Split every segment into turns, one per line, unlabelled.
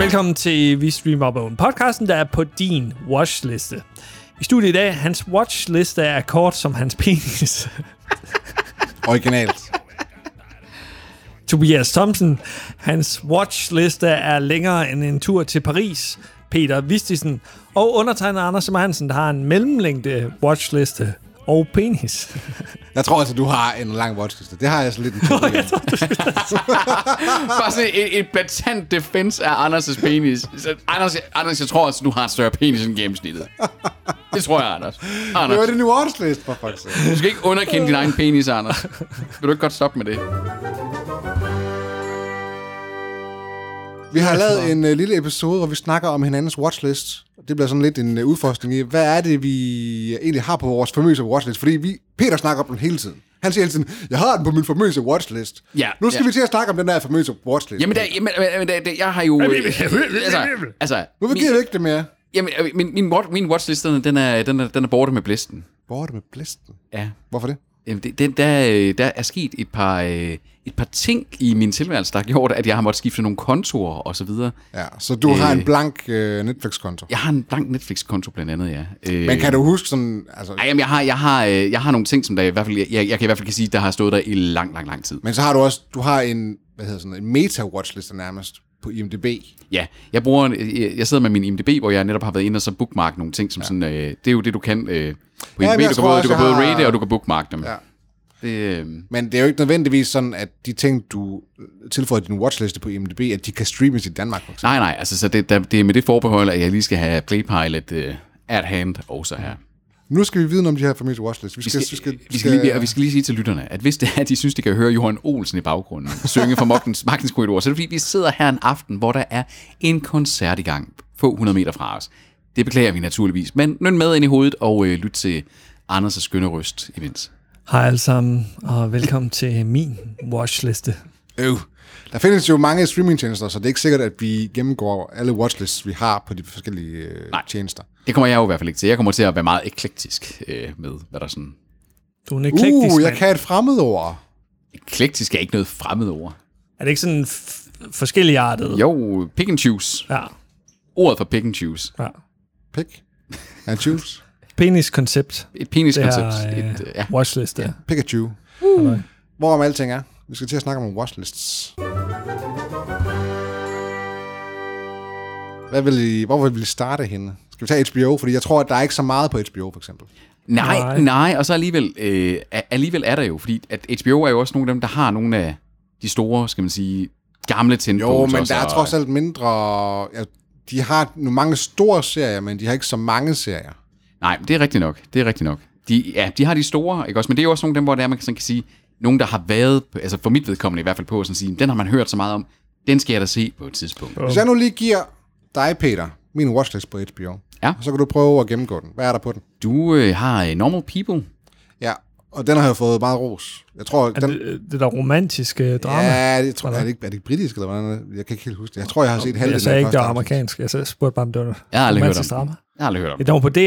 Velkommen til Vi Streamer Bogen, podcasten, der er på din watchliste. I studiet i dag, hans watchliste er kort som hans penis.
Originalt.
Tobias Thomsen, hans watchliste er længere end en tur til Paris. Peter Vistisen og undertegner Anders Simmer Hansen, der har en mellemlængde watchliste og penis.
Jeg tror altså, du har en lang watchliste. Det har jeg altså lidt en tur med.
Bare sådan et, et blatant defense af Anders' penis. Så, Anders, Anders, jeg tror altså, du har større penis end gennemsnittet. Det tror jeg, Anders.
Det var
Anders,
det nu watchlist, for fuck's sake.
du skal ikke underkende din egen penis, Anders. Vil du ikke godt stoppe med det?
Vi har lavet en uh, lille episode, hvor vi snakker om hinandens watchlist. Det bliver sådan lidt en uh, udforskning i, hvad er det, vi øh, egentlig har på vores famøse watchlist? Fordi vi, Peter snakker om den hele tiden. Han siger hele tiden, jeg har den på min famøse watchlist.
Ja,
nu skal
ja.
vi til at snakke om den der famøse watchlist.
Jamen, der, jamen, jamen der, der, jeg har jo... øh, Altså, altså
nu
min,
giver vi ikke det mere.
jamen, øh, min, min, watch, min watchlist, den er, den er, den er, den er borte med blisten.
Borte med blæsten.
Ja.
Hvorfor det?
Jamen, det, det, der, øh, der er sket et par, øh, et par ting i min tilværelse, der har gjort, at jeg har måttet skifte nogle kontorer og så videre.
Ja, så du øh, har en blank uh, Netflix-konto. Ja.
Jeg har en blank Netflix-konto blandt andet, ja. Øh,
Men kan du huske sådan... Altså,
Ej, jamen, jeg har, jeg har, øh, jeg har nogle ting, som der i hvert fald, jeg, jeg, jeg kan i hvert fald kan sige, der har stået der i lang, lang, lang tid.
men så har du også... Du har en, hvad hedder sådan noget, en meta-watchliste nærmest på IMDb.
Ja, jeg bruger, en- øh, jeg sidder med min IMDb, hvor jeg netop har været inde og så bookmark nogle ting, som ja. sådan, øh, det er jo det, du kan øh, på
Ja,
IMDb.
men jeg
du kan,
tror
både,
også,
du kan
jeg
både
har-
rate, og du kan bookmark dem.
Ja.
Det, øh,
Men det er jo ikke nødvendigvis sådan, at de ting, du tilføjer din watchliste på IMDb, at de kan streames i Danmark. for eksempel.
nej, nej, altså så det, der, det er med det forbehold, at jeg lige skal have Playpilot øh, at hand også her.
Nu skal vi vide om de her familie watchlist. Vi
Vi
skal,
skal,
vi skal,
vi, skal lige, og vi skal lige sige til lytterne, at hvis det er, at de synes, de kan høre Johan Olsen i baggrunden synge fra Magtens, Magtens Korridor, så er det fordi, vi sidder her en aften, hvor der er en koncert i gang, få 100 meter fra os. Det beklager vi naturligvis, men nød med ind i hovedet og øh, lyt til Anders' skønne røst imens.
Hej alle sammen, og velkommen til min watchliste.
øh, der findes jo mange streamingtjenester, så det er ikke sikkert, at vi gennemgår alle watchlists, vi har på de forskellige øh,
Nej.
tjenester.
Det kommer jeg jo i hvert fald ikke til. Jeg kommer til at være meget eklektisk øh, med, hvad der sådan...
Du er en eklektisk
Uh, jeg
mand.
kan et fremmedord.
Eklektisk er ikke noget fremmed ord.
Er det ikke sådan f- forskellige artet?
Jo, pick and choose.
Ja.
Ordet for pick and choose.
ja.
Pick and choose.
Penis-koncept.
Et peniskoncept.
Det er, øh,
Et, øh, ja.
watchliste. Ja.
Pikachu. Hvor om alting er. Vi skal til at snakke om watchlists. Hvad vil I, hvor vil vi starte henne? Skal vi tage HBO? Fordi jeg tror, at der er ikke så meget på HBO, for eksempel.
Nej,
Nej.
nej, nej, og så alligevel, øh, a- alligevel er der jo, fordi at HBO er jo også nogle af dem, der har nogle af de store, skal man sige, gamle
Jo,
tentpoles.
Bones men
også,
der er
og-
trods alt mindre... Ja, de har nu mange store serier, men de har ikke så mange serier.
Nej, men det er rigtigt nok, det er rigtigt nok. De, ja, de har de store, ikke også? Men det er jo også nogle af dem, hvor det er, man kan, sådan kan sige, nogen, der har været, på- altså for mit vedkommende i hvert fald på, sådan at sige, den har man hørt så meget om, den skal jeg da se på et tidspunkt.
Hvis jeg nu lige giver dig, Peter, min watchlist på HBO,
Ja.
så kan du prøve at gennemgå den. Hvad er der på den?
Du øh, har øh, Normal People.
Ja, og den har jeg fået meget ros. Jeg tror,
Er
den,
det, det der romantiske drama?
Ja, det tror jeg. Er det, ikke, er det ikke britisk, eller hvordan? er det? Jeg kan ikke helt huske det. Jeg tror, jeg har set halvdelen
jeg sagde
af
ikke, det
første
var
afsnit.
amerikansk. Jeg sagde- spurgte bare, om det var
Jeg har aldrig hørt om
romantisk drama.
den. Jeg har aldrig hørt om
Et nummer på DR.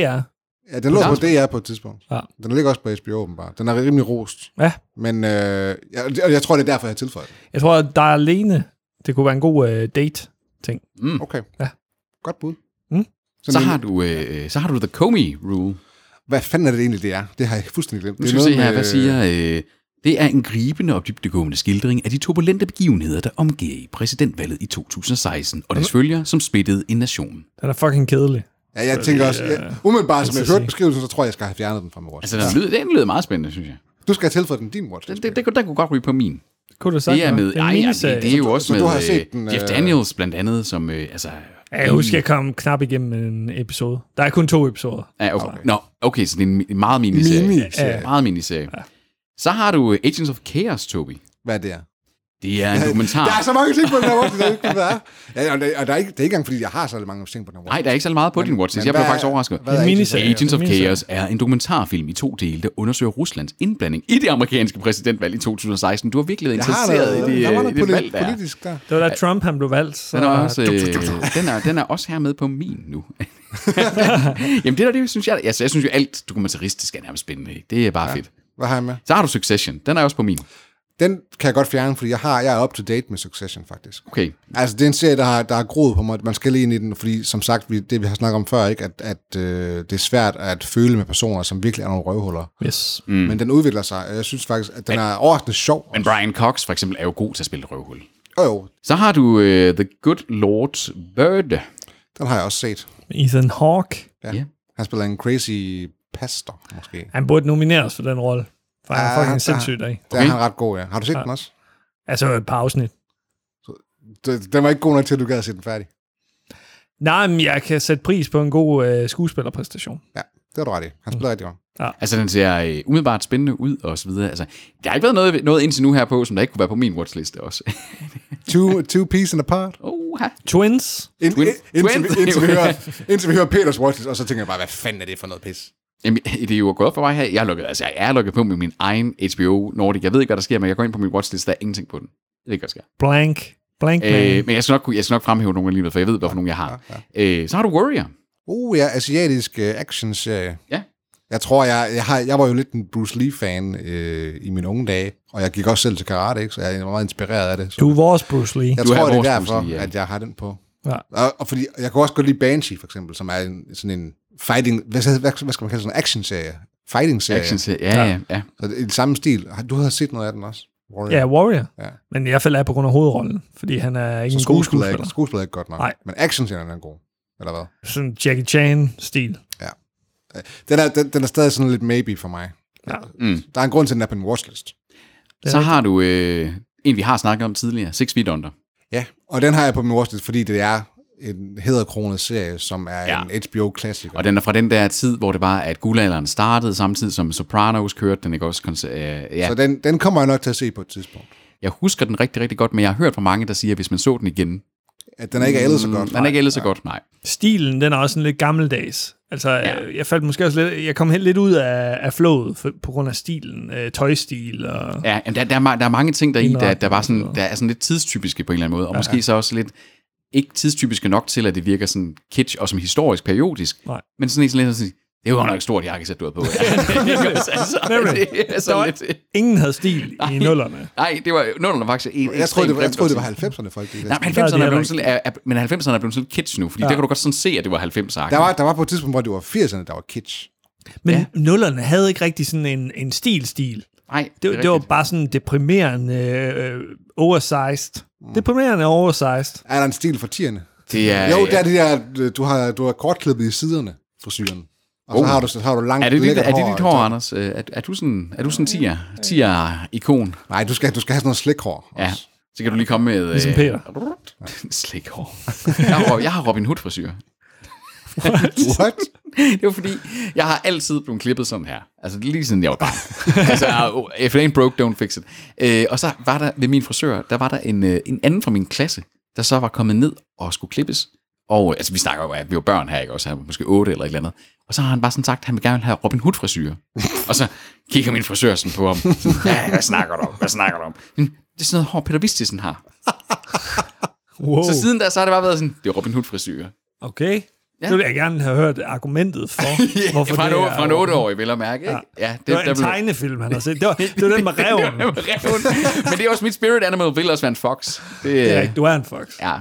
Ja, den lå på DR på et tidspunkt.
Ja.
Den ligger også på HBO, åbenbart. Den er rimelig rost.
Ja.
Men øh, jeg, og jeg tror, det er derfor, jeg har tilføjet den.
Jeg tror, at der er alene. Det kunne være en god øh, date-ting.
Okay.
Ja.
Godt bud.
Mm.
Sådan en-
så har, du, øh, så har du The Comey Rule.
Hvad fanden er det egentlig, det er? Det har jeg fuldstændig glemt.
Nu
Det er
skal vi se
noget
her,
med-
hvad siger... Øh, det er en gribende og dybdegående skildring af de turbulente begivenheder, der omgiver i præsidentvalget i 2016, og dets følger, som splittede en nation.
Den er fucking kedelig.
Ja, jeg tænker også... Ja, umiddelbart, som
Altså,
jeg hørte
se.
beskrivelsen, så tror jeg, jeg skal have fjernet den fra min watch.
Altså, den lyder, den lyder meget spændende, synes jeg.
Du skal have tilføjet den din watch.
Den, den, den, kunne- den kunne godt ryge på min.
Kunne du sagt
Det er med... Ej, ja, det, det er jo også
så
med
du har set den,
øh, Jeff
øh,
Daniels, blandt andet, som... Øh, altså,
Jeg husker, jeg kom knap igennem en episode. Der er kun to episoder.
Ja, okay. Nå, okay, så det er en mi- meget miniserie.
Miniserie.
Ja. Meget miniserie. Ja. Så har du øh, Agents of Chaos, Tobi.
Hvad er det er?
Det er en dokumentar.
Der er så mange ting på den her watch, der ikke kunne være. Ja, og, det, og der er ikke, det er ikke engang, fordi jeg har så mange ting på den her watch.
Nej, der er ikke så meget på din watchlist. Jeg blev
hvad er-
faktisk overrasket.
hvad er
En
Agents of
miniserie.
Chaos?
Agents of
Miniserie.
Chaos er en dokumentarfilm i to dele, der undersøger Ruslands indblanding i det amerikanske præsidentvalg i 2016. Du har virkelig været
Jeg har
interesseret i
noget-
det,
der var
øh, i
noget
det
poli-
valg, der er.
politisk der.
Det var da Trump, han blev valgt. Så
Den er, også, øh,
Du- du- du- du-
den, er, den er også her med på min nu. Jamen det der, det synes jeg, altså, jeg synes jo alt dokumentaristisk er nærmest spændende. ikke? Det er bare ja. fedt.
Hvad har jeg med?
Så har du Succession. Den er også på min.
Den kan jeg godt fjerne, fordi jeg, har, jeg er up to date med Succession, faktisk.
Okay,
Altså, det er en serie, der har, der har groet på mig. Man skal lige ind i den, fordi som sagt, vi, det vi har snakket om før, ikke, at, at øh, det er svært at føle med personer, som virkelig er nogle røvhuller.
Yes.
Mm. Men den udvikler sig, og jeg synes faktisk, at den er overraskende sjov.
men Brian Cox for eksempel er jo god til at spille røvhul.
Jo, jo,
Så har du uh, The Good Lord Bird.
den har jeg også set.
Ethan Hawke.
Ja.
Ja.
Yeah. Han spiller en crazy pastor, måske.
Han burde nomineres for den rolle. For han
Ja,
Ah,
er fucking
der-
sindssyg dag.
Der er han ret god, ja. Har du set ja. den også?
Altså et par afsnit.
Den- Den var ikke god nok til, at du gad at se den færdig.
Nej, men jeg kan sætte pris på en god øh, skuespillerpræstation.
Ja, det var du ret i. Han spiller mm. rigtig godt.
Altså, den ser øh, umiddelbart spændende ud og så videre. Altså, der har ikke været noget, noget indtil nu her på, som der ikke kunne være på min watchliste også.
Two, two piece and apart.
Oha.
Twins.
Ind,
Twin-
ind, indtil,
twins.
vi, indtil, vi hører, indtil vi hører Peters watchlist, og så tænker jeg bare, hvad fanden er det for noget pis?
Jamen, det er jo gået op for mig her. Jeg er, lukket, altså, jeg er lukket på med min egen HBO Nordic. Jeg ved ikke, hvad der sker, men jeg går ind på min watchlist, der er ingenting på den. Jeg ved ikke, hvad der sker.
Blank. Blank man.
Øh, men jeg skal, nok, kunne- jeg skal nok fremhæve nogle alligevel, for jeg ved, hvorfor nogle jeg har. Øh, så har du Warrior.
Uh, ja, asiatisk uh, actionserie.
Ja.
Jeg tror, jeg, jeg, har, jeg var jo lidt en Bruce Lee-fan øh, i mine unge dage, og jeg gik også selv til karate, ikke? så jeg var meget inspireret af det. Så
Du er vores Bruce Lee.
jeg
Du er
tror, det er
vores
derfor,
Bruce Lee, ja.
at jeg har den på.
Ja.
Og, og fordi, jeg kan også godt lide Banshee, for eksempel, som er en, sådan en fighting, hvad, hvad, hvad skal man kalde sådan en action-serie? Fighting-serie.
Action ja, ja, ja. ja.
Så det er i den samme stil. Har- Du havde set noget af den også? Warrior.
Ja, Warrior.
Ja.
Ja. Men i hvert fald er på grund af hovedrollen, fordi han er ikke
så
en god
skuespiller er,
skuespiller.
ikke, skuespiller er ikke godt nok.
Nej.
Men actionscenen er god, eller hvad?
Sådan Jackie Chan-stil.
Den er, den, den er stadig sådan lidt maybe for mig.
Ja.
Mm.
Der er en grund til, at den er på en watchlist.
er
Så har du øh, en, vi har snakket om tidligere. Six Feet Under.
Ja, og den har jeg på min watchlist, fordi det er en hedderkronet serie, som er
Ja.
ja. en HBO-klassiker.
Og den er fra den der tid, hvor det var, at guldalderen startede, samtidig som Sopranos kørte den, ikke også? Koncer- øh, ja.
Så den, den kommer jeg nok til at se på et tidspunkt.
Jeg husker den rigtig, rigtig godt, men jeg har hørt fra mange, der siger, at hvis man så den igen,
At den er ikke ældet så godt.
Mm, den er ikke ældet så godt, nej.
Stilen, den er også sådan lidt gammeldags. Altså, ja. jeg faldt måske også lidt... Jeg kom helt lidt ud af, af flowet for, på grund af stilen. Øh, tøjstil og...
Ja, jamen, der, der, er, ma- der er mange ting der i, der, der,
Indretning
var
og så
sådan,
videre.
der er sådan lidt tidstypiske på en eller anden måde, og måske så også lidt ikke tidstypiske nok til, at det virker sådan kitsch og som historisk periodisk,
Nej.
men sådan en sådan lidt sådan, det var nok et stort jakkesæt, du havde på. Ja, ikke også? altså, det er sådan lidt,
Ingen havde stil i nullerne.
nej, det var nullerne faktisk en
Jeg troede, det var, jeg
ekstremt
troede, det var
grim
90'erne, folk. gik
Nej,
efter.
men
Der er de
90'erne er
heller
blevet sådan, er, er, men 90'erne er blevet sådan lidt kitsch nu, fordi ja. der kan du godt sådan se, at det var 90'erne.
Der var, der var på et tidspunkt, hvor det var 80'erne, der var kitsch.
Men ja. nullerne havde ikke rigtig sådan en, en stil-stil.
Nej,
Det, det, det var bare sådan deprimerende, øh, oversized. Deprimerende oversized.
Er der en stil for tierne?
det er,
Jo, det er det der, øh, du har, du har kortklippet i siderne, frisyren. Og så
Oh.
har du, så har du langt
er det dit,
lækkert
er det dit hår,
og-
Anders? Øh, Er, er, du sådan, er du sådan tier, tier ikon?
Nej, du skal, du skal have sådan noget slikhår. også.
Ja. Så kan du lige komme med... øh,
Ligesom Peter.
Slikhår. Jeg har, Rob- jeg har Robin Hood-frisyr.
What?
Det var fordi, jeg har altid blevet klippet sådan her. Altså lige siden jeg var barn. altså, oh, if it ain't broke, don't fix it. Øh, og så var der ved min frisør, der var der en, øh, en anden fra min klasse, der så var kommet ned og skulle klippes. Og øh, altså, vi snakker jo, at vi var børn her, ikke også? Han var måske 8 eller et eller andet. Og så har han bare sådan sagt, at han vil gerne have Robin Hood frisyrer. og så kigger min frisør sådan på ham. Ja, hvad snakker du om? Hvad snakker du om? "Men Det er sådan noget hår, Peter Vistisen har.
Wow.
Så siden da, så har det bare været sådan, det er Robin Hood frisyrer.
Okay. Ja. Det vil jeg gerne have hørt argumentet for,
Ja,
hvorfor
fra, en,
det
o-
er...
fra en 8-årig, vil jeg mærke. Ikke? Ja. ja,
Det var en
blev-
tegnefilm, han har set. Det var, det var den med reven.
Reven. Men det er også mit spirit animal, vil også være en fox. Det,
Ja,
er...
ikke, du er en fox.
Ja.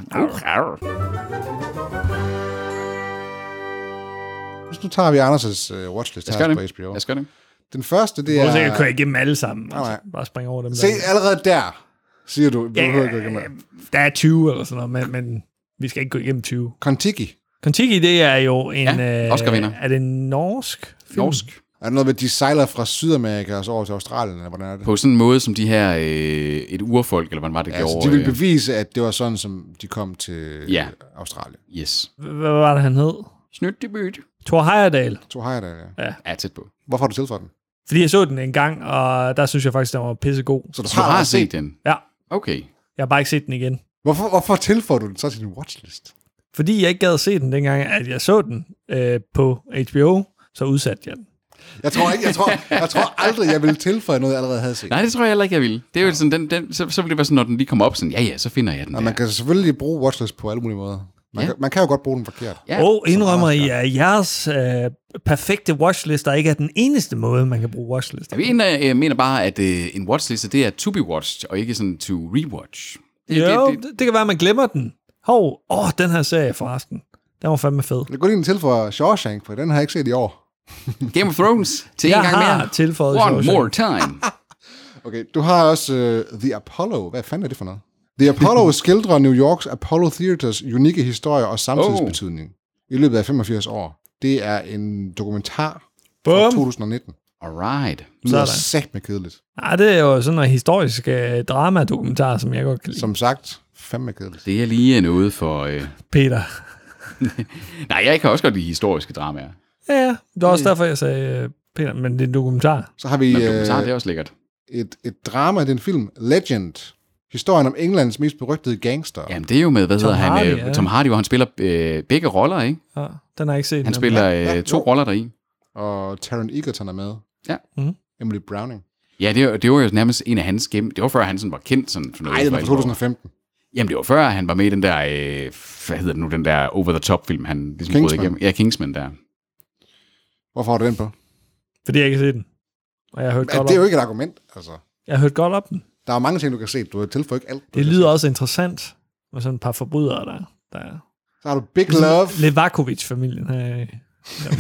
Så nu tager vi Anders' uh, watchlist
Skal
her på
det?
HBO.
Jeg skal det.
Den første, det
Prøv
er...
at se, jeg kører igennem alle sammen. Altså,
nej.
bare springe over dem.
Se,
der.
allerede der, siger du. du behøver ikke gå igennem.
der er 20 eller sådan noget, men, men vi skal ikke gå igennem 20.
Kon-Tiki.
Contiki, det er jo en...
Ja,
øh,
Oscar-vinder.
Er det en norsk film?
Norsk.
Er det noget med, at de sejler fra Sydamerika og så over til Australien, eller hvordan er det?
På sådan en måde, som de her, øh, et urfolk, eller hvad det var det
Ja,
gjorde.
altså, de vil
øh,
bevise, at det var sådan, som de kom til øh,
Ja.
Australien.
Yes.
Hvad var det, han hed?
Snydt det byt.
Thor Heyerdahl.
To har jeg da, ja.
Ja, tæt på.
Hvorfor har du tilføjet den?
Fordi jeg så den en gang, og der synes jeg faktisk, den var pissegod.
Så du
Så du har set den?
Ja,
Okay.
jeg har bare ikke set den igen.
Hvorfor, hvorfor tilføjer du den så til din watchlist?
Fordi jeg ikke gad at se den dengang, at jeg så den øh, på HBO, så udsatte jeg den.
Jeg tror ikke, jeg tror, jeg tror aldrig, jeg ville tilføje noget, jeg allerede havde set.
Nej, det tror jeg heller ikke, jeg ville. Det er jo sådan, den, den, så, så ville det være sådan, når den lige kommer op, sådan, ja ja, så finder jeg den
Og
der.
man kan selvfølgelig bruge watchlist på alle mulige måder. Man,
Ja.
ja. kan, man kan jo godt bruge den forkert.
Ja,
Og
som
indrømmer
Anders
I,
gør.
at jeres øh, perfekte watchlister ikke er den eneste måde, man kan bruge watchlister?
Ja, vi ender, øh, mener bare, at øh, en watchliste, det er to be watched, og ikke sådan to rewatch. Det,
Jo,
det, det,
det, det kan være, at man glemmer den. Hov, åh, den her serie forresten. Den var fandme fed.
Jeg går lige en til for Shawshank, for den har jeg ikke set i år.
Game of Thrones til en
Jeg
gang
har
mere.
tilføjet
One
Shawshank.
more time.
Okay, du har også uh, The Apollo. Hvad fanden er det for noget? The Apollo skildrer New Yorks Apollo Theaters unikke historie og samtidsbetydning i løbet af 85 år. Det er en dokumentar fra
Bum.
2019.
Alright.
Det lyder
Sådan.
sagt med kedeligt.
Ej, det er jo sådan noget historisk øh, dramadokumentar, som jeg godt kan lide. Som...
Som sagt, fandme kedeligt.
Det er lige noget for... Øh...
Peter.
Nej, jeg kan også godt lide historiske dramaer.
Ja, Ja, det var også derfor, jeg sagde øh, Peter, men det er en dokumentar.
Så har vi
Men dokumentar, det
øh,
er også lækkert.
et, et drama, det er en film, Legend. Historien om Englands mest berygtede gangster. Ja.
Jamen, det er jo med, hvad hedder han?
Hardy,
øh,
ja.
Tom Hardy, hvor han spiller øh, begge roller, ikke?
Ja, den har jeg ikke set.
Han
endnu.
spiller øh,
ja,
to
jo.
roller deri.
Og Taron Egerton er med.
Ja.
Mhm.
Emily Browning.
Ja, det, var- det var jo nærmest en af hans gennem... Det var før, han sådan var kendt sådan for noget.
Nej, den er
for
fra
alvor.
2015.
Jamen, det var før, han var med i den der... Øh, hvad hedder det nu? Den der over-the-top-film, han ligesom brød
Kingsman.
igennem. Ja, Kingsman der.
Hvorfor har du den på?
Fordi jeg ikke har set den. Og jeg har hørt,
Men
godt,
det er
om,
jo ikke et argument, altså.
jeg har hørt godt om den.
Der er mange ting, du kan se. Du har tilføjet ikke alt. du
Det
kan
lyder også interessant med sådan et par forbrydere, der, der er.
se. Så har du Big Love.
Levakovic-familien her. i-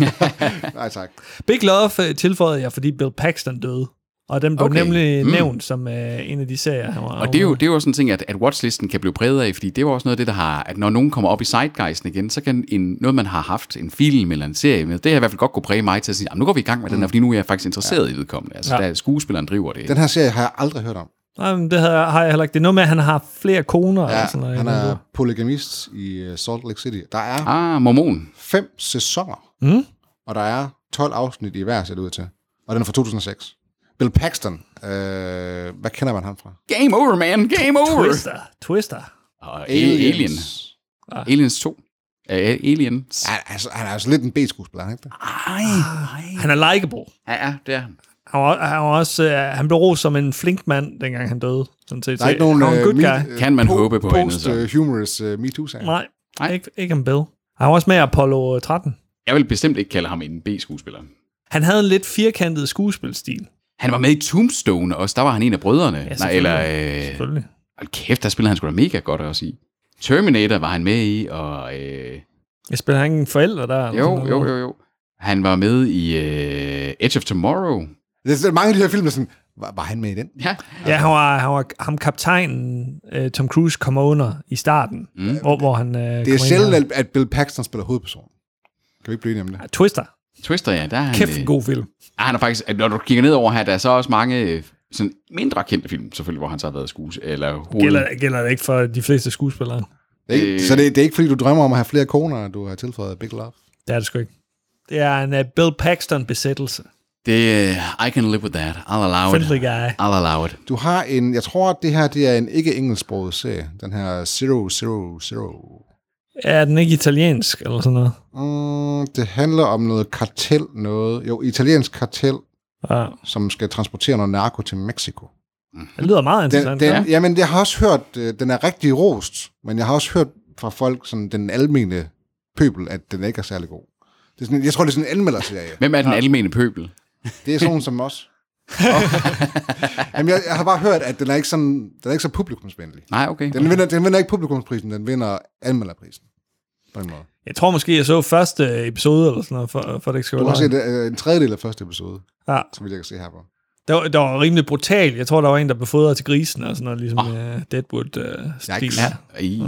Nej, tak.
Big Love øh, tilføjede jeg, fordi Bill Paxton døde. Og den blev
Okay.
okay. nemlig
Mm.
mm. nævnt som øh, en af de serier, han var
Og det er, jo, det er jo også sådan en ting, at, at watchlisten kan blive præget af, fordi det er jo også noget af det, der har, at når nogen kommer op i zeitgeisten igen, så kan en, noget, man har haft, en film eller en serie med, det har i hvert fald godt kunne præge mig til at sige, "Jamen, nu går vi i gang med den her, fordi nu er jeg faktisk interesseret Mm. ja. i vedkommende. Altså, ja.
Ja.
der er skuespilleren driver det.
Den her serie har jeg aldrig hørt om.
Nej, men det havde- har jeg heller ikke. Det er noget med, at han har flere koner.
Ja,
og sådan noget.
han er polygamist i øh, Salt Lake City. Der er
Ah, mormon.
fem sæsoner,
Mm?
og der er 12 afsnit i hver, ser det ud til. Og den er fra 2006. Bill Paxton, øh, hvad kender man ham fra?
Game over, man. Game over.
Twister. Twister.
Og Aliens. Ah. Alien. Aliens 2. Uh, Aliens.
Ja, altså, han er altså lidt en B-skuespiller, ikke det?
Ah,
Ej, ej.
Han er likeable.
Ja, ja, det er han.
Han, var, han, var også, øh, han blev rost som en flink mand, dengang han døde. Sådan set.
Der er ikke
Så
nogen øh,
han var en good guy.
Kan man håbe på andet, så?
post-humorous uh, MeToo-sag.
Nej,
Nej.
Nej. Ikke, ikke en Bill. Han var også med i Apollo 13.
Jeg vil bestemt ikke kalde ham en B-skuespiller.
Han havde en lidt firkantet skuespilstil.
Han var med i Tombstone også, der var han en af brødrene. Ja, Nej, eller, øh,
Selvfølgelig.
Hold kæft, der spillede han sgu da mega godt også i. Terminator var han med i, og... Øh,
Jeg spiller han ikke en forælder der? eller sådan
jo,
noget?
jo, jo, jo. Han var med i øh, Edge of Tomorrow.
Det er sådan- mange af de her film, der er sådan, var, var han med i den?
Ja.
Ja, han var, han var ham kaptajnen, øh, Tom Cruise, kommer under i starten,
Mm.
mm. hvor, hvor han øh,
Det er sjældent, at, at Bill Paxton spiller hovedpersonen. Kan vi ikke blive enige om det?
Twister.
Twister, ja. Der er han,
Kæft en
øh,
god film.
ah, han er faktisk, når du kigger ned over her, der er så også mange øh, sådan mindre kendte film, selvfølgelig, hvor han så har været skues, eller hoved.
Gælder, gælder det ikke for de fleste skuespillere?
det er ikke,
Øh.
Så det, det er ikke, fordi du drømmer om at have flere koner, end du har tilføjet Big Love?
Det er det sgu ikke. Det er en uh, Bill Paxton-besættelse.
Det, øh, I can live with that. I'll allow it.
Friendly guy.
I'll allow it.
Du har en, jeg tror, at det her det er en ikke engelsksproget serie. Den her Zero, Zero, Zero.
Er den ikke italiensk eller sådan noget?
Mm, det handler om noget kartel, noget, jo, italiensk kartel,
Ja.
som skal transportere noget narko til Mexico.
Det lyder meget
Den,
interessant.
den, ja. Jamen, jeg har også hørt, øh, den er rigtig rost, men jeg har også hørt fra folk, sådan den almene pøbel, at den ikke er særlig god. Det er sådan, jeg tror, det er sådan en anmelderserie.
Hvem er den almene pøbel?
Det er sådan nogen som os. Jamen, jeg, jeg, har bare hørt, at den er ikke, sådan, den er ikke så publikumsvenlig.
Nej, okay.
Den vinder, den vinder ikke publikumsprisen, den vinder anmelderprisen. På en måde.
Jeg tror måske, jeg så første episode eller sådan noget, for, for det ikke skal
Du
være
har set
løgn.
øh, en tredjedel af første episode,
Ja.
som jeg kan se her på.
Det var, det var rimelig brutal. Jeg tror, der var en, der blev fodret til grisen og sådan noget, ligesom
Åh.
oh. uh, Deadwood-stil.
Yikes.
Uh,
Ja. I,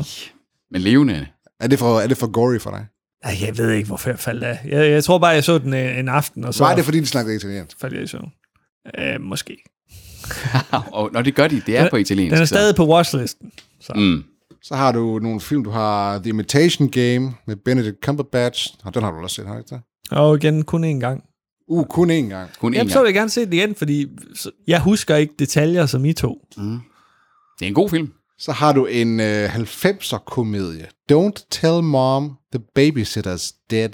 men levende.
Er det for, er det for gory for dig?
Ej, Jeg ved ikke, hvorfor jeg faldt af. Jeg, jeg tror bare, jeg så den øh, en aften, og
Så
så
er det, fordi de snakker italiensk.
faldt jeg i søvn. Øh, måske.
og når det gør de, det er på italiensk.
Den er
så-
stadig på watchlisten. Så. Mm.
Mm.
Så har du nogle film, du har The Imitation Game med Benedict Cumberbatch. Og den har du også set, har du ikke det?
Og igen, kun én gang.
Uh, kun én gang.
Kun én
Jamen, så
gang.
vil jeg gerne se den igen, fordi så- jeg husker ikke detaljer som I to.
Det er en god film.
Så har du en øh, 90'er-komedie. Don't Tell Mom The Babysitter's Dead.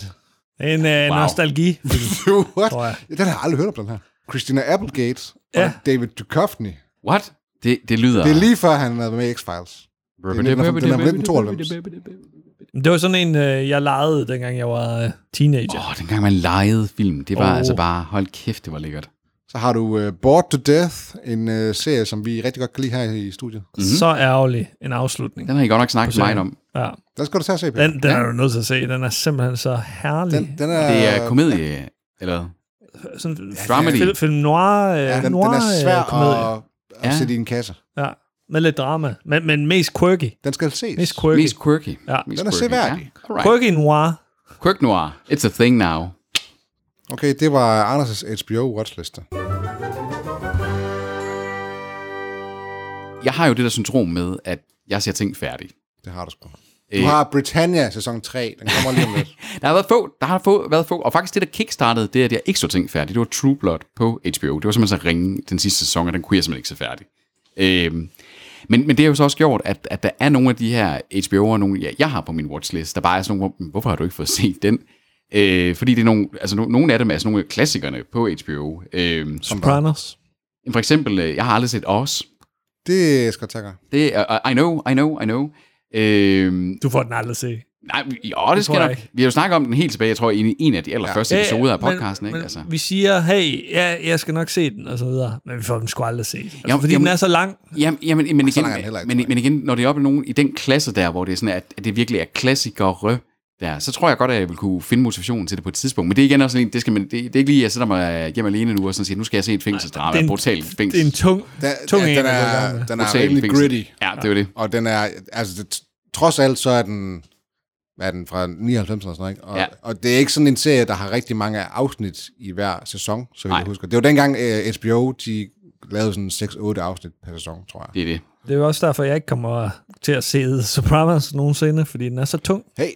En øh,
Wow.
wow. nostalgi.
What?
Tror jeg.
Den har jeg aldrig hørt om, den her. Christina Applegate og
Ja.
David Duchovny.
What? Det, det lyder...
Det er lige før, han har været med i X-Files. Det er 19- 1992.
Men Det var sådan en, øh, jeg legede, dengang jeg var øh, teenager.
Åh, oh, dengang man legede film, det var
Åh.
oh. altså bare, hold kæft, det var lækkert.
Så har du uh, Bored to Death, en uh, serie, som vi rigtig godt kan lide her i studiet.
Mm-hmm. Så ærgerlig en afslutning.
mhm. Den har I godt nok snakket meget om.
Ja.
Den skal du tage og se, Peter.
Den, den er du nødt til at se. Den er simpelthen så herlig.
Den, den er,
Det er komedie, eller
sådan
Dramedy.
Film, film noir, øh,
ja, den,
noir
den er svær
øh, komedie.
at, at
Ja.
sætte i en kasse.
Ja, med lidt drama. Men, men mest quirky.
Den skal ses.
Mest quirky.
mest
Mest
quirky.
Ja.
Mest
Den er
quirky,
seværdig.
Ja. Alright.
quirky noir.
Quirk noir, it's a thing now.
Okay, det var Anders' HBO-watchliste.
Jeg har jo det der syndrom med, at jeg ser ting færdigt.
Det har du sgu.
Øh.
Du har Britannia sæson 3. Den kommer lige om lidt.
Der har været få, der har få, været få, og faktisk det, der kickstartede, det er, at jeg ikke så ting færdigt. Det var True Blood på HBO. Det var simpelthen så ringe den sidste sæson, og den kunne jeg simpelthen ikke se færdig. Øhm, men, men det har jo så også gjort, at, at der er nogle af de her HBO'er, nogle, ja, jeg har på min watchlist, der bare er sådan nogle, hvor, "Hmm, hvorfor har du ikke fået set den? Øh, fordi det er nogle, altså no, nogle af dem er sådan nogle af klassikerne på HBO. Øh, som,
Sopranos.
for eksempel, øh, jeg har aldrig set Oz.
Det skal du tage. dig.
Det er, øh, I know, I know, I know. Øh,
Du får den aldrig se.
Nej, jo, det,
Det
skal
tror jeg
nok.
ikke.
Vi har jo snakket om den helt tilbage, jeg tror, i en af de allerførste ja. episoder
Ja,
af podcasten.
Øh, men,
ikke?
Men
altså.
Vi siger, hey, ja, jeg skal nok se den, og så videre. Men vi får den sgu aldrig set. Altså,
Jamen,
jamen, fordi
jamen-
den er så lang.
Jamen, jamen, men, igen,
langt er den heller ikke,
men,
tror jeg.
men igen, når det er oppe i nogen i den klasse der, hvor det er sådan, at, at det virkelig er klassikere der, så tror jeg godt, at jeg vil kunne finde motivationen til det på et tidspunkt. Men det er igen også sådan en, det, skal man, det, det er ikke lige, at jeg sætter mig hjem alene nu og sådan siger, nu skal jeg se et fængselsdrama,
det er
et
en-
brutalt
Det er en
fængsel.
tung,
Den,
tung
den,
en,
den
at gå i gang
er,
med.
den er
brutal
rimelig
fængsel.
gritty.
Ja, det er jo det.
Og den er, altså, det, trods alt så er den, hvad er den fra 99 eller sådan noget, ikke? Og,
Ja.
ja. og det er ikke sådan en serie, der har rigtig mange afsnit i hver sæson, så vidt
Nej.
jeg husker. Det var dengang uh, HBO, de lavede sådan 6-8 afsnit per sæson, tror jeg.
Det er det.
Det er jo også derfor, jeg ikke kommer til at se The Sopranos nogensinde, fordi den er så tung.
Hey!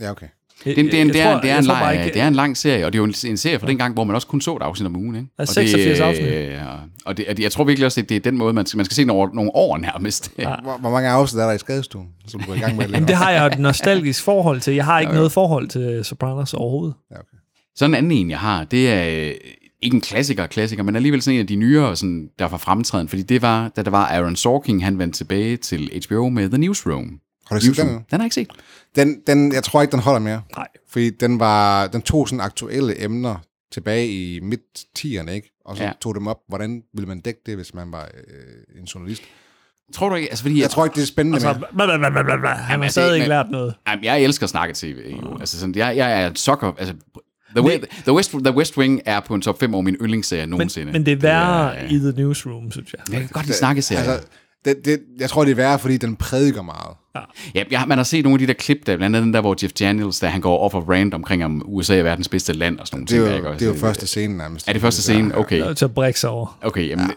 Ja, okay.
Det, det, er en- det, er, det, er en lang, det
det
er en lang serie, og det er jo en, en serie fra dengang, hvor man også kun så et afsnit om ugen. Ikke?
Der er
Og det,
86 afsnit.
øh, Og det, og det, jeg tror virkelig også, at det er den måde, man skal, man skal se den over nogle år nærmest. Ja.
Hvor, hvor mange afsnit er der i skadestuen, som du er i gang med at
Jamen, det har jeg jo et nostalgisk forhold til. Jeg har ikke noget forhold til Sopranos overhovedet.
Ja, okay.
Så en anden en, jeg har, det er øh, ikke en klassiker, klassiker, men alligevel sådan en af de nyere, sådan, der var fremtræden, fordi det var, da der var Aaron Sorkin, han vendte tilbage til HBO med The Newsroom.
Har du ikke set den?
Den har jeg ikke set.
Den, den, jeg tror ikke, den holder mere.
Nej.
Fordi den, var, den tog sådan aktuelle emner tilbage i midt-tierne, ikke? Og så
Ja.
ja. tog dem op, hvordan ville man dække det, hvis man var øh, en journalist.
Tror du ikke? Altså, fordi
Jeg tror ikke, det er spændende mere.
Så, bla, bla, bla, bla, bla. Han har
altså,
stadig
men-
ikke lært noget.
Jamen, jeg elsker at snakke tv. Jo.
Mm.
Altså, sådan, jeg, jeg er et sucker. Altså, The, West, The, West, The West Wing er på en top 5 over min yndlingsserie
Men,
nogensinde.
men det er værre det er,
øh,
i The Newsroom, synes jeg.
Jeg kan godt lide snakkeserier. Altså,
Altså, det, det, jeg tror, det er værre, fordi den prædiker meget.
ja, jeg- man har set nogle af de der klip, der, blandt andet den der, hvor Jeff Daniels, der han går op og rant omkring, om USA er verdens bedste land og sådan nogle
Det
ting.
er
der, ikke
jo,
også? øh,
det er jo første scene nærmest.
Er det første scene? Okay.
Jeg er til at brække sig over.
Okay, jamen... Ja.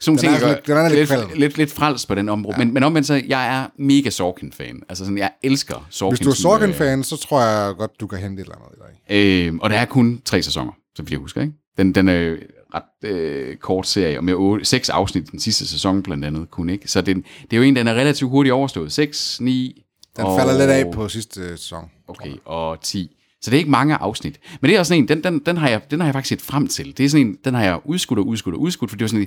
Sådan
Den er
nogle
altså
ting, jeg
lidt- den er lidt kvalm.
lidt, lidt, lidt frels på den område. Ja. Men, men omvendt så, jeg er mega Sorkin-fan. Altså sådan, jeg elsker Sorkin.
Hvis du er
som, øh,
Sorkin-fan, så tror jeg godt, du kan hente et eller andet i dag.
Øh, og der er kun tre sæsoner, som vi husker, ikke? Den, den er jo ret øh, kort serie, og med otte, seks afsnit den sidste sæson blandt andet kun, ikke? Så den, det er jo en, den er relativt hurtigt overstået. 6, 9...
Den
og,
falder lidt af på sidste øh, sæson.
Okay, og 10. Så det er ikke mange afsnit. Men det er også sådan en, den, den, den, har jeg, den har jeg faktisk set frem til. Det er sådan en, den har jeg udskudt og udskudt og udskudt, for det var sådan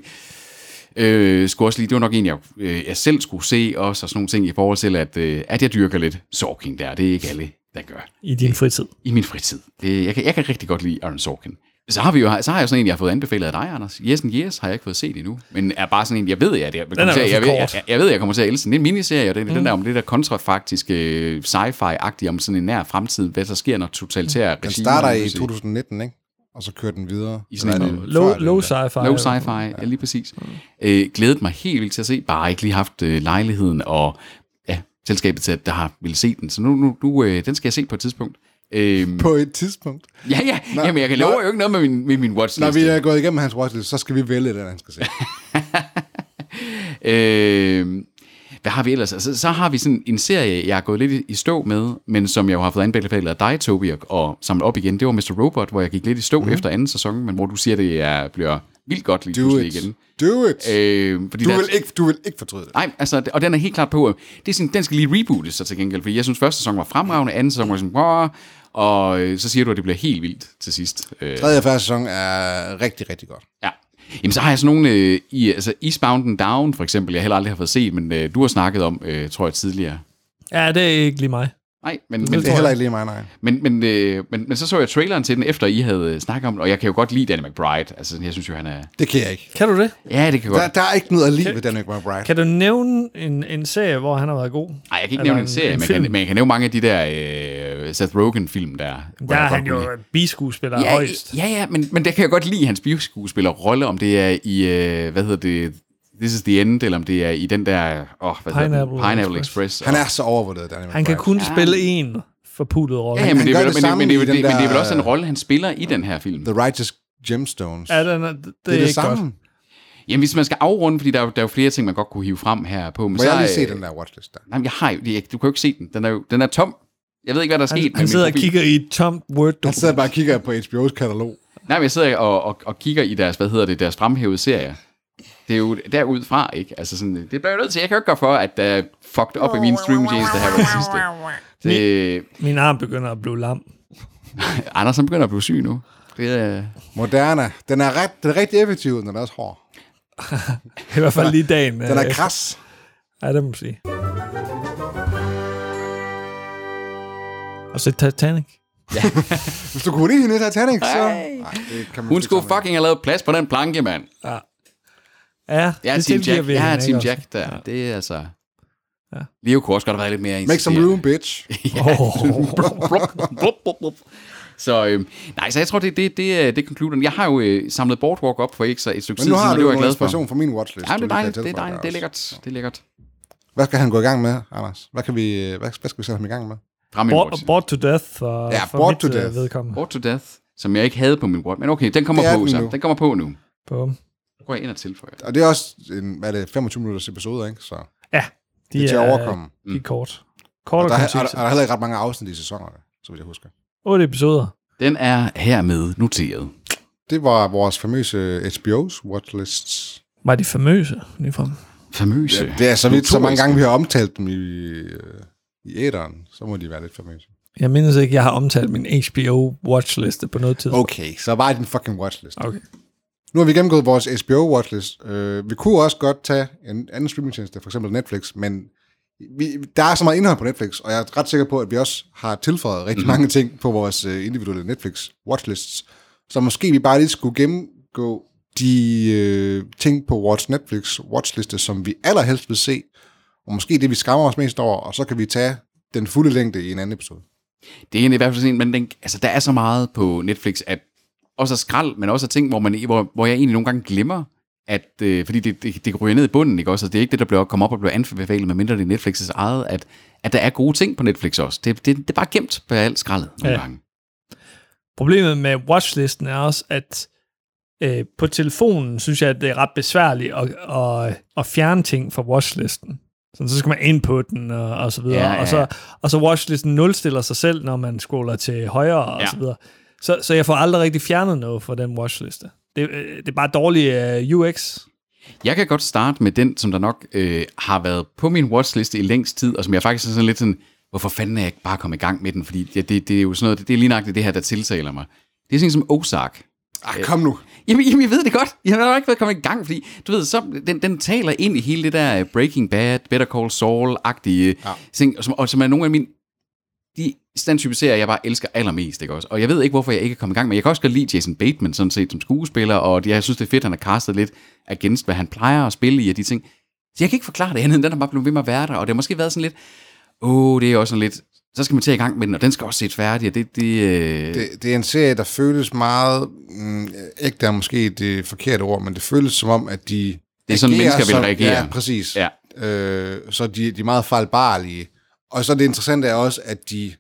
en, øh, skulle også lige, det var nok en, jeg, øh, jeg selv skulle se også, og sådan nogle ting i forhold til, at, øh, at jeg dyrker lidt Sorkin der. Det er ikke alle, der gør
I din fritid.
i min fritid. Det, jeg, kan, jeg kan rigtig godt lide Aaron Sorkin. Så har, vi jo, så har jeg sådan en, jeg har fået anbefalet af dig, Anders. Yes and Yes har jeg ikke fået set endnu, men er bare sådan en, jeg ved, at jeg,
Den er
kommer til, at-
i
jeg,
hvert
ved,
fald
jeg,
kort. Mhm.
jeg, jeg, ved, jeg kommer til at elske den. Det er en miniserie, og den, mm. den der om det der kontrafaktiske øh, sci-fi-agtige, om sådan en nær fremtid, hvad der sker, når totalitære
Den
regimer...
starter i
pludselig-
2019, ikke? Og så kører den videre.
I sådan
Eller
en øh,
er det
Low,
før eller
low
efter?
sci-fi.
Low sci-fi, ja, lige præcis.
Mhm.
Øh, glædet mig helt vildt til at se, bare ikke lige haft øh, lejligheden og ja, selskabet til, at der har ville se den. Så nu, nu, nu øh, den skal jeg se på et tidspunkt. Øhm,
På et tidspunkt.
ja, ja, jamen jeg kan love
når-
jer jo ikke noget med min, med min watchlist.
Når vi er gået igennem hans watchlist, så skal vi vælge den, han skal se.
Øh, hvad har vi ellers? Altså, så har vi sådan en serie, jeg er gået lidt i- i stå med, men som jeg jo har fået anbefalet af dig, Tobi, og- og samlet op igen. Det var Mr. Robot, hvor jeg gik lidt i stå mm-hmm. efter anden sæson, men hvor du siger, det er, bliver vildt godt lige
Mhm. Do
pludselig
it.
igen.
Do it.
Øh, fordi
Du
der-
vil ikke, du vil ikke fortryde det.
Nej, altså, og den er helt klart på, øh, det er sådan, den skal lige rebootes så til gengæld, fordi jeg synes, første sæson var fremragende, anden sæson var sådan, "Wah", og øh, så siger du, at det bliver helt vildt til sidst. Øh,
Tredje og første sæson er rigtig, rigtig godt.
Ja. Jamen, så har jeg sådan nogle, øh, i, altså Eastbound and Down, for eksempel, jeg heller aldrig har fået set, men øh, du har snakket om, øh, tror jeg, tidligere.
Ja, det er ikke lige mig.
Nej, men,
Men
men,
det er heller ikke lige mig, nej.
men, men, øh, men, men så så jeg traileren til den, efter I havde øh, snakket om den, og jeg kan jo godt lide Danny McBride. Altså, sådan, jeg synes jo, han er...
Det kan jeg ikke.
Kan du det?
Ja, det kan godt...
Der, der er ikke noget at lide ved Daniel McBride.
Kan du nævne en, en serie, hvor han har været god?
Nej, jeg kan ikke
Eller
nævne en
en-
serie,
en
men jeg kan,
film.
men jeg kan nævne mange af de der øh, Seth Rogen-film, der... hvor
Der
jeg
er
godt
han
kunne lide.
jo biskuespiller ja,
Ja,
højst.
ja, ja, men, men der kan jeg godt lide hans bioskuespillerrolle, om det er i, øh, hvad hedder det, This is the End, eller om det er i den der, åh, hvad hedder den?
Pineapple
Pineapple Express.
Express.
Han er så overvurderet, Daniel McBride.
Han kan kun spille en forputtet rolle.
Ja, ja, men,
Han
det, er
gør
vel-
det
men, det,
samme
men, det,
i
men,
den
det, men det er vel
der-
også en rolle, han spiller i den her film.
The Righteous Gemstones.
Ja, den er, det, det,
det er det
ikke
samme.
godt.
Jamen, hvis man skal afrunde, fordi der er, jo- der er jo flere ting, man godt kunne hive frem her på. Men
Må jeg lige se
øh,
den der watchlist der?
Nej, men jeg har jo, det- du kan jo ikke se den. Den er, jo, den er tom. Jeg ved ikke, hvad der er sket.
Han,
med
han
min
sidder og
profil.
kigger i et tomt word
Han sidder bare og kigger på HBO's katalog.
Nej, men jeg sidder og, og, og kigger i deres, hvad hedder det, deres fremhævede serier. Det er jo derudfra, ikke? Altså sådan, det bliver jeg nødt til. Jeg kan jo ikke gøre for, at der er fucked op i min streamingtjeneste her på det sidste. Det,
Min arm begynder at blive lam.
Anders, han begynder at blive syg nu. Det er...
Moderna. Den er, ret, den er rigtig effektiv, den er også hård.
I hvert fald lige dagen.
Den er
øh,
kras.
Ja, det må man sige. Og så Titanic.
Hvis du kunne lide hende i Titanic, så... Nej, det kan man
Hun
ikke
skulle
sammenligne.
fucking have lavet plads på den planke, mand.
Ja,
Jeg er
det
Team
tilgiver
Jack.
vi
Jeg er
hende, ikke
Team
også?
Jack der. Det er altså... Leo kunne også godt have været lidt mere
Make some
insisterende.
room, bitch.
Blup, blup, blup, blup. Så øhm, nej, så jeg tror, det, det, det, er- det er concluderen. Jeg har jo øh, samlet Boardwalk op for ikke så et stykke
Men
tid
nu
siden,
har
og
du
det
jo
var jeg
en
glad for.
inspiration for min watchlist.
Ja, det
som du
er
kan
dejligt, det er
tilføje
dejligt,
der
det er
også.
lækkert, det er lækkert.
Hvad skal han gå i gang med, Anders? Hvad, kan vi, hvad, hvad skal vi sætte ham i gang med?
Frem i
Bored,
Watch.
bored to Death for,
Ja,
for
Bored
mit
to
øh,
Death.
vedkommende.
Board to Death, som jeg ikke havde på min Watch. Men okay, den kommer
Det er
på,
den
så.
nu.
Den kommer på nu.
På.
Nu går jeg ind og tilføjer.
Og det er også en, hvad er det, 25 minutters episode, ikke? Så
Ja, de
det er til at
er,
overkomme.
De er kort. Kort
Og
og,
der er, er,
koncise.
er der heller ikke ret mange afsnit i sæsonerne, så vidt jeg husker.
Otte episoder.
Den er hermed noteret.
Det var vores famøse HBO's watchlists.
Var de famøse ligefrem?
Famøse.
Det er så vidt, så mange
Notoriske.
gange vi har omtalt dem i, øh, i æderen, så må de være lidt famøse.
Jeg mindes ikke, jeg har omtalt min HBO watchliste på noget tidspunkt.
Okay, så bare din fucking watchlist.
Okay.
Nu har vi gennemgået vores HBO watchlist. Øh, vi kunne også godt tage en anden streamingtjeneste, for eksempel Netflix, men vi, der er så meget indhold på Netflix, og jeg er ret sikker på, at vi også har tilføjet rigtig mange ting på vores øh, individuelle Netflix watchlists. Så måske vi bare lige skulle gennemgå de øh, ting på vores Netflix watchliste, som vi allerhelst vil se, og måske det, vi skammer os mest over, og så kan vi tage den fulde længde i en anden episode.
Det er i hvert fald sådan en, men den, altså, der er så meget på Netflix, at også af skrald, men også af ting, hvor, man, hvor, hvor jeg egentlig nogle gange glemmer, at, øh, fordi det, det, det ryger ned i bunden, ikke også? Og det er ikke det, der bliver, kommer op og bliver anbefalet, medmindre det er Netflix's eget, at, at der er gode ting på Netflix også. Det, det, det er bare gemt på alt skraldet nogle
Ja.
gange.
Problemet med watchlisten er også, at øh, på telefonen synes jeg, at det er ret besværligt at, at, at fjerne ting fra watchlisten. Så, så skal man ind på den og, og så videre.
Ja, ja.
Og, så, og så watchlisten nulstiller sig selv, når man scroller til højre og
Ja.
så videre. Så, så jeg får aldrig rigtig fjernet noget fra den watchliste. Det, øh, det er bare dårlig øh, UX.
Jeg kan godt starte med den, som der nok øh, har været på min watchliste i længst tid, og som jeg faktisk er sådan lidt sådan, hvorfor fanden er jeg ikke bare kommet i gang med den? Fordi det, det, det er jo sådan noget, det, det er lige nøjagtigt det her, der tiltaler mig. Det er sådan en som Ozark.
Ah, kom nu!
Jamen, jamen, jeg ved det godt. Jeg har nok ikke været kommet i gang, fordi du ved, så, den, den taler ind i hele det der øh, Breaking Bad, Better Call Saul-agtige ja. ting, og som, og som er nogle af mine de den type serier, jeg bare elsker allermest, ikke også? Og jeg ved ikke, hvorfor jeg ikke er kommet i gang med. Jeg kan også godt lide Jason Bateman, sådan set, som skuespiller, og det- jeg synes, det er fedt, han har castet lidt against, hvad han plejer at spille i, og de ting. Så jeg kan ikke forklare det andet, end den har bare blevet ved med at være der, og det har måske været sådan lidt, åh, oh, det er også sådan lidt, så skal man til i gang med den, og den skal også sætte færdig, og det, det, øh,
det, det er en serie, der føles meget... Mm, ægte er måske det forkerte ord, men det føles som om, at de...
Det er sådan,
agerer
mennesker vil
som-
reagere.
Ja, præcis.
Ja.
Øh, så de, de er meget fejlbarlige. Og så det interessante er også, at de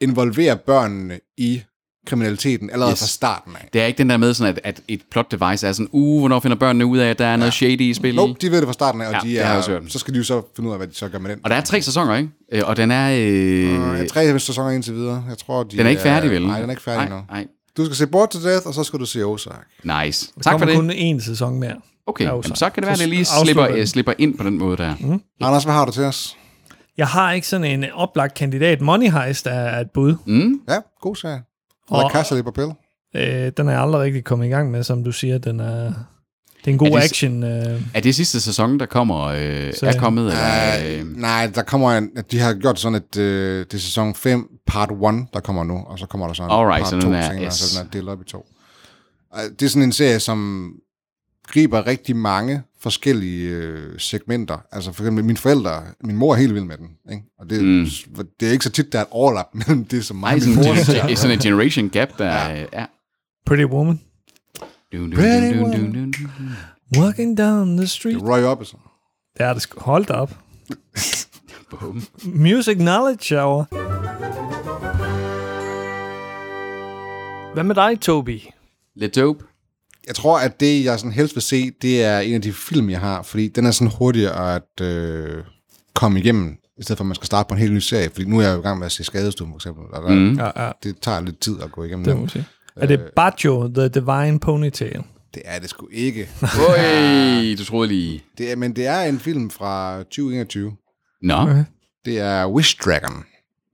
involverer børnene i kriminaliteten allerede
Yes.
yes. fra starten af.
Det er ikke den der med, sådan at, at et plot device er sådan, uh, hvornår finder børnene ud af, at der er ja. noget shady i spillet?
Nope, de ved det fra starten af, og
Ja,
ja, de
det har jeg også hørt.
er, så skal de jo så finde ud af, hvad de så gør med den.
Og der er tre sæsoner, ikke? Øh, Og den er... Øh,
Øh, jeg har tre sæsoner indtil videre. Jeg tror, de
den er ikke færdig, vel?
Nej, den er ikke færdig
nej,
nu.
nej.
Du skal se Bored to Death, og så skal du se Ozark.
Nice. Tak for
kommer
det.
kun én sæson mere.
Okay,
Ja,
jamen,
Ozark.
så kan det være, at det lige
Så afslutter
slipper,
den.
øh, slipper ind på den måde der. Mm.
Anders, hvad har du til os?
Jeg har ikke sådan en oplagt kandidat. Money Heist er er et bud.
Mm.
Ja, god serie. Og La
Og-
Casa de Papel.
Øh, den er jeg aldrig rigtig kommet i gang med, som du siger. Den er, Det er en god
Er det-
action. Øh,
Er det sidste sæson, der kommer, øh,
Så-
er kommet? Eller,
Øh,
øh,
nej, der kommer en, at de har gjort sådan, at øh, det er sæson 5, part 1, der kommer nu, og så kommer der sådan en
Alright,
part
så den
2
er-
senere,
yes.
så den er delt op i to. Øh, Det er sådan en serie, som griber rigtig mange forskellige øh, segmenter. Altså for eksempel mine forældre, min mor er helt vild med den, ikke? og det, mm. det er ikke så tit, der er et overlap mellem det, som mig
ej,
og min
sådan,
mor
en- gen- sådan en generation gap, der ja. er...
Pretty Woman.
Dun, dun,
Pretty
dun, dun,
woman.
dun, dun, dun.
Walking down the street.
Det er Roy Orbison.
Der er det sgu. Hold da op.
Bum.
Music Knowledge Hour. Hvad med dig, Toby?
Lidt dope.
Jeg tror, at det, jeg sådan helst vil se, det er en af de film, jeg har, fordi den er sådan hurtigere at øh, komme igennem, i stedet for, at man skal starte på en helt ny serie. Fordi nu er jeg jo i gang med at se Skadestuen, for eksempel. Og der, mm.
Ja, ja.
Det tager lidt tid at gå igennem
Det må
det.
man sige. Øh. Er det Baggio, The Divine Ponytail?
Det er det sgu ikke.
Oj, du troede lige...
Det er, men det er en film fra 2021.
Nå,
Det er Wish Dragon,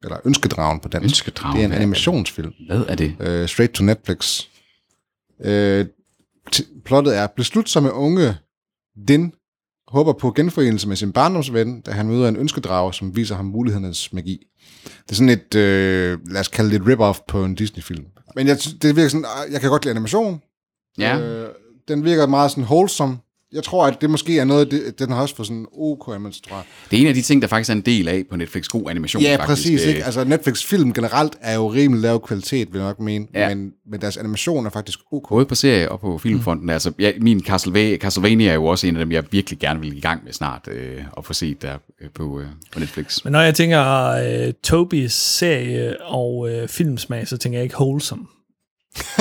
eller Ønskedragen på dansk.
Ønskedragen,
det er en
ja.
animationsfilm.
hvad er det?
øh, straight to Netflix. Øh, t- plottet er, beslutsomme unge Din håber på genforenelse med sin barndomsven, da han møder en ønskedrager, som viser ham mulighedernes magi. Det er sådan et, øh, lad os kalde det et rip-off på en Disney-film. Men jeg, synes- det virker sådan, ah, jeg kan godt lide animation.
Ja.
Øh, den virker meget sådan wholesome. Jeg tror, at det måske er noget, af det, den har også fået sådan OK, imens, tror jeg.
Det er en af de ting, der faktisk er en del af på Netflix. God animation,
Ja,
faktisk.
præcis.
Øh,
Ikke? Altså, Netflix-film generelt er jo rimelig lav kvalitet, vil jeg nok mene.
Ja.
Ja. Men, men deres animation er faktisk OK.
Både på serie og på filmfronten. Mm. Altså, ja, min Castlevania, Castlevania er jo også en af dem, jeg virkelig gerne vil i gang med snart øh, og få set der øh, på, øh, på Netflix.
Men når jeg tænker uh, Tobys serie og uh, filmsmag, så tænker jeg ikke wholesome.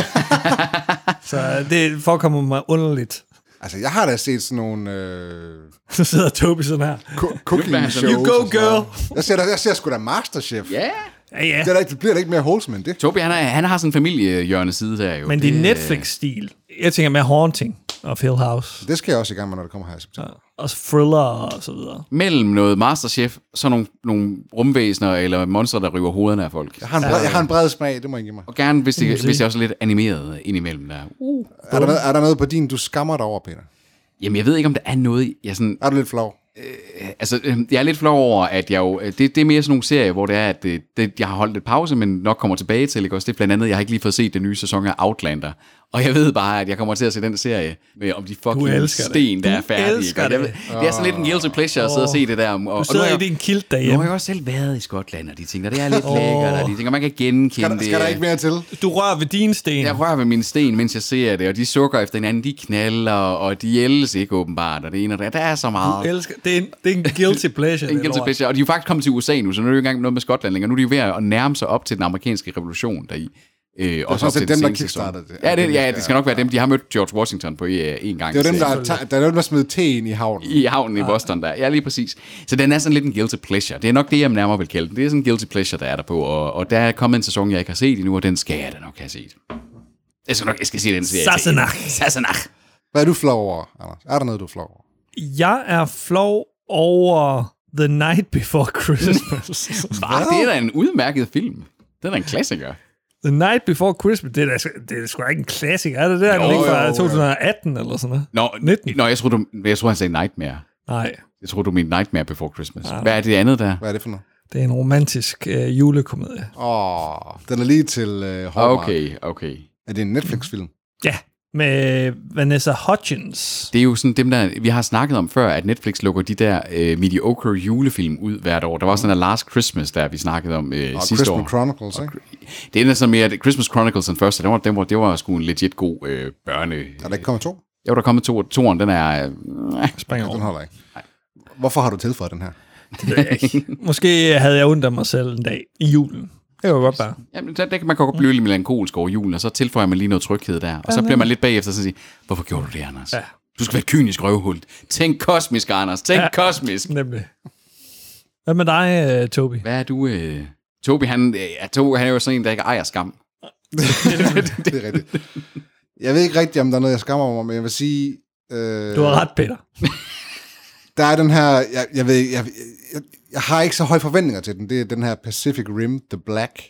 så øh, det forekommer mig underligt.
Altså, jeg har da set sådan nogle øh,
Så sidder Toby sådan her.
co-
bliver
cooking
han sådan,
shows.
"You go,
og sådan noget.
girl."
Jeg ser, da, jeg ser sgu da Masterchef.
Ja!
Ja, ja.
Det, er da ikke, det bliver da ikke mere wholesome end det.
Tobi, han, er, han har sådan en familiehjørne side der jo.
Men det er Netflix-stil. Jeg tænker mere Haunting og Phil House.
Det skal jeg også i gang med, når det kommer her i september.
Og thriller og så videre.
øh, Mellem noget Masterchef, så nogle, nogle rumvæsener eller monster, der river hovederne af folk.
Jeg har, en bred, jeg har en bred smag, det må jeg give mig.
Og gerne, hvis det,
se.
hvis det også er lidt animeret indimellem der. Uh.
Er der, noget, er der noget på din, du skammer dig over, Peter?
Jamen, jeg ved ikke, om der er noget, jeg sådan
Er du lidt flov?
Altså, øh, jeg er lidt flov over, at jeg jo... øh, Det, det er mere sådan nogle serier, hvor det er, at det, det, jeg har holdt et pause, men nok kommer tilbage til, ikke også? Det er blandt andet, jeg har ikke lige fået set den nye sæson af Outlander. Og jeg ved bare, at jeg kommer til at se den serie med om de fucking
elsker det.
sten, der
Du
er færdige.
elsker
ikke? Og Jeg,
det.
ved- det er sådan lidt en guilty pleasure at sidde og se det der. om- Og,
Du
og
sidder
nu har
i din kilt derhjemme.
Nu har jeg også selv været i Skotland, og de tænker, det er lidt lækkert, og de tænker, man kan
Skal,
genkende
der,
det.
skal der ikke mere til?
Du rører ved din sten.
Jeg rører ved min sten, mens jeg ser det, og de sukker efter hinanden, de knaller, og de ældes ikke åbenbart, og det ene og det andet. Der er så meget.
Jeg elsker. Det er en, det er en guilty pleasure.
En
det
guilty
lort.
pleasure. Og de er jo faktisk kommet til USA nu, så nu er det jo ikke engang noget med Skotland længere. Nu er de jo ved at nærme sig op til den amerikanske revolution deri. Øh, også
sådan
op
set dem,
til
der
seneste
kickstartede
sæson.
det.
Ja, det, ja, det skal nok være dem. De har mødt George Washington på øh, en gang.
Det var dem,
Så-
der, ta- der, er dem, der smed teen i havnen.
i havnen i Boston der. Ja, lige præcis. Så den er sådan lidt en guilty pleasure. Det er nok det, jeg nærmere vil kalde den. Det er sådan en guilty pleasure, der er der på. Og, og der er kommet en sæson, jeg ikke har set endnu, og den skal jeg da nok have set. Jeg skal nok jeg skal se den serie.
Sassenach.
Sassenach.
Hvad er du flov over, Anders? Er der noget, du er flov over?
Jeg er flov over The Night Before Christmas.
Bare det er da en udmærket film. Den er en klassiker.
The Night Before Christmas, det er, da sgu- det er sgu da ikke en klassiker. Er det der, den
Jo,
ikke fra
jo, jo.
2018 eller sådan noget?
Nå,
19.
Nå jeg, tror, du, jeg tror, han sagde Nightmare.
Nej,
Jeg tror, du mente Nightmare Before Christmas. Hvad er det andet der?
Hvad er det for noget?
det er en romantisk øh, julekomedie.
Åh, den er lige til øh, Hallmark.
Okay, okay.
Er det en Netflix-film?
Ja, med Vanessa Hudgens.
Det er jo sådan dem, der... Vi har snakket om før, at Netflix lukker de der øh, mediocre julefilm ud hvert år. Der var sådan en Last Christmas, der vi snakkede om øh,
Og
sidste år.
Christmas Chronicles, ikke?
det er sådan mere, at Christmas Chronicles den første, den var, den var, det var sgu en legit god øh, børne...
Er der ikke kommet to?
Jo, der er kommet to, toeren, den er... Øh,
Springer
Den
over.
holder ikke. Hvorfor har du tilføjet den her?
Det ved jeg ikke. Måske havde jeg ondt af mig selv en dag i julen. Det var godt bare.
jamen, der, der, kan man kan godt blive lidt melankolsk over julen, og så tilføjer man lige noget tryghed der. Og så bliver man lidt bagefter sådan sige, hvorfor gjorde du det, Anders?
Ja.
Du skal være et kynisk røvhul. Tænk kosmisk, Anders. Tænk
Ja.
kosmisk.
Nemlig. Hvad med dig, øh, Toby?
Hvad er du... Øh... Tobi, han, øh, ja, Tobi, han er jo sådan en, der ikke ejer skam.
det er rigtigt. Jeg ved ikke rigtigt, om der er noget, jeg skammer mig over, men jeg vil sige... Øh,
Du har ret, Peter.
Der er den her... Jeg, jeg, ved, ikke, jeg, jeg, jeg har ikke så høje forventninger til den. Det er den her Pacific Rim The Black.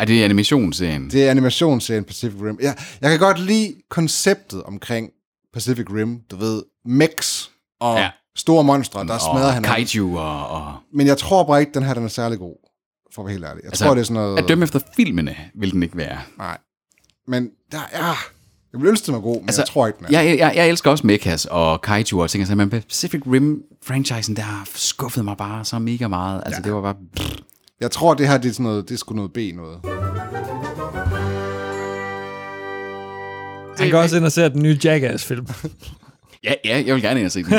Er det animationsserien? Det...
Det er animationsserien Pacific Rim. Jeg, jeg kan godt lide konceptet omkring Pacific Rim, du ved, mechs og
Ja.
ja. store monstre, der smadrer
og
han. alt.
kaiju og, og...
Men jeg tror bare ikke, den her den er særlig god, for at være helt ærlig. Jeg altså, tror, det er sådan noget...
At dømme efter filmene vil den ikke være.
Nej. Men der er... Jeg ville ønske, den var god, men altså, jeg tror ikke, den er.
Jeg, jeg, jeg elsker også mechas og kaiju og ting, altså, men Pacific Rim-franchisen, der har skuffet mig bare så mega meget. Altså, ja. det var bare...
Jeg tror, det her det er sådan noget, det er sgu noget B noget.
Han går også ind og ser den nye Jackass-film.
Ja, ja, jeg vil gerne ind og se den.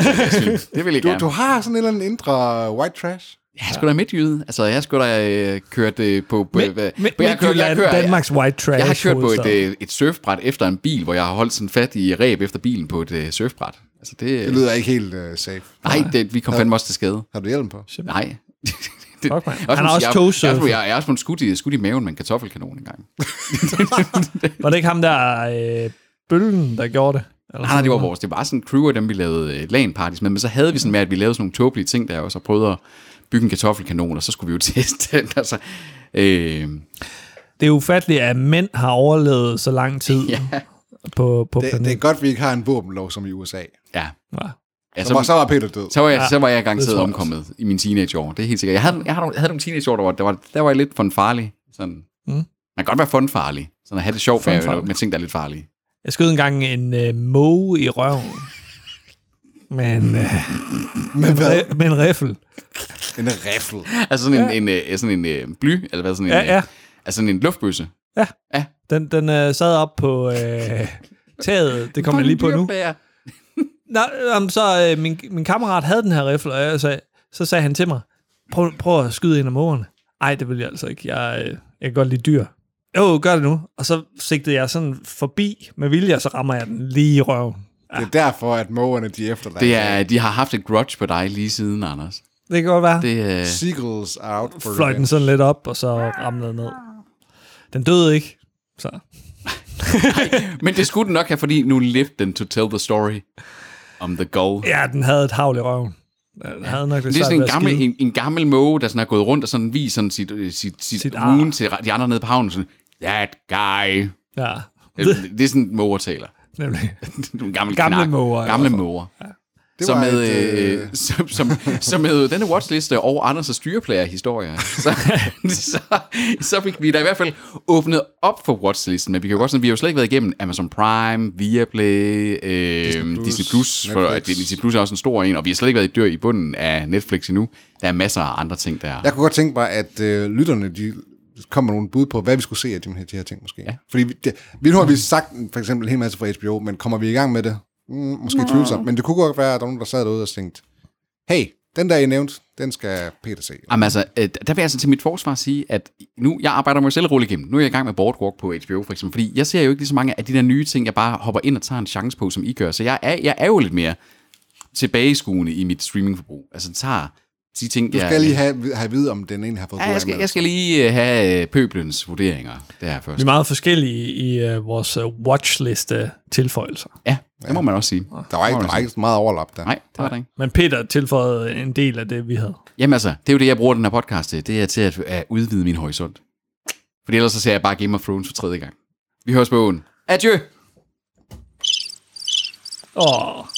det vil jeg
Du,
gerne.
du har sådan en eller anden indre white trash.
Jeg er sgu da midtjyde. Altså, jeg er sgu da øh, kørt øh, på... på
Mid-
hvad-
Mid-
men jeg kører- jeg
Midtjylland,
kører-
Danmarks white trash
Jeg har kørt på et,
hovedstad.
øh, et surfbræt efter en bil, hvor jeg har holdt sådan fat i ræb efter bilen på et øh, surfbræt. Altså, det...
Det lyder ikke helt uh, safe.
nej, det, vi kom fandme også til skade.
Har du hjelm på?
Nej. det,
Fuck, man.
også
Han har
en-
også
jeg-
togsurfet.
jeg- Jeg jeg er også blevet skudt i, skudt i maven med en kartoffelkanon engang.
Var det ikke ham der, øh, bøllen, der gjorde det? Eller
Nej, nej, det var vores. Det var sådan en crew af dem, vi lavede øh, LAN-parties med. Men så havde vi sådan med, at vi lavede sådan nogle tåbelige ting der, og så prøvede at bygge en kartoffelkanon, og så skulle vi jo teste den. Altså, øh,
Det er ufatteligt, at mænd har overlevet så lang tid ja. på, på
Det, det er
planeten.
godt, vi ikke har en våbenlov som i USA.
ja.
Ja.
ja
Så var, så var Peter død.
så var jeg, så var jeg garanteret
tror jeg
omkommet i mine teenageår. Det er helt sikkert. Jeg havde, jeg havde, nogle- havde nogle teenageår, der var, der var, der var jeg lidt for en farlig. Sådan. Mm.
Mm.
Man kan godt være fun-farlig. Sådan at have det sjovt med,
Fun-farlig.
med ting, der er lidt farlige.
Jeg skød engang en øh, måge i røven. Men, øh,
Men
en
hvad?
ri- med en riffel.
En riffel.
Altså sådan ja. en, en, øh, sådan en øh, bly, eller hvad sådan en,
Ja,
øh,
ja.
Altså sådan en luftbøsse.
Den, den øh, sad op på øh, taget. Det kommer jeg lige på nu. Nå, jamen, så øh, min, min kammerat havde den her riffel, og jeg sagde, så sagde han til mig, prøv, prøv at skyde en af mågerne. Ej, det vil jeg altså ikke. Jeg, øh, jeg kan godt lide dyr. Jo, gør det nu. Og så sigtede jeg sådan forbi med vilje, og så rammer jeg den lige i røven.
Det er derfor, at mågerne de er efter dig.
Det er, de har haft et grudge på dig lige siden, Anders.
Det kan godt være.
Det, øh,
Seagulls are out for
fløj den
revenge.
sådan lidt op, og så ramlede den ned. Den døde ikke. Så.
men det skulle den nok have, fordi nu lived den to tell the story om the goal.
Ja, den havde et havl i røven. Den havde nok lidt
Det er
svært
sådan
ved
en
at
gammel,
skide.
en, en gammel måge, der sådan har gået rundt og sådan vist sådan sit, øh, sit, sit, sit
Sit ar.
ugen til de andre nede på havnen. Sådan, that guy.
Ja,
Det, det er sådan, måger taler.
nemlig.
Du er en gammel
Gamle
knak.
måger, altså. i
Gamle
hvert
måger.
Det
Så
var
med,
et,
øh, som, som, som med denne watchliste over Anders' styreplayer-historier, så, så, så fik vi da i hvert fald åbnet op for watchlisten, men vi kan jo godt sådan, vi har jo slet ikke været igennem Amazon Prime, Viaplay, øh, Disney Plus,
Plus,
Disney Plus for at
Netflix.
Disney Plus er også en stor en, og vi har slet ikke været i dør i bunden af Netflix endnu. Der er masser af andre ting, der...
Jeg kunne godt tænke mig, at øh, lytterne de kom med nogle bud på, hvad vi skulle se af de her, de her ting måske. Ja. Fordi vi, det, vi nu har vi sagt for eksempel en hel masse fra HBO, men kommer vi i gang med det? Mm, måske tvivlsomt, men det kunne godt være, at der var nogen, der sad derude og tænkte, hey, den der I nævnte, den skal Peter se.
Jamen altså, øh, der vil jeg altså til mit forsvar sige, at nu, jeg arbejder mig selv rulle igennem. Nu er jeg i gang med Boardwalk på HBO for eksempel, fordi jeg ser jo ikke lige så mange af de der nye ting, jeg bare hopper ind og tager en chance på, som I gør. Så jeg er, jeg er jo lidt mere tilbageskuende i mit streamingforbrug. Altså tager de ting,
Du skal lige have, have at vide, om den egentlig har fået
Ja,
gode
jeg, skal, jeg
anmeldelser.
skal lige øh, have øh, pøblens vurderinger der først.
Vi er meget forskellige i uh, vores uh, watchliste tilføjelser.
Ja, det må man også sige.
Der var ikke, der var ikke så meget overlap der.
Nej, det var der ikke.
Men Peter tilføjede en del af det, vi havde.
Jamen altså, det er jo det, jeg bruger den her podcast til. Det er til at, at udvide min horisont. Fordi ellers så ser jeg bare Game of Thrones for tredje gang. Vi høres på åen. Adieu!
Åh,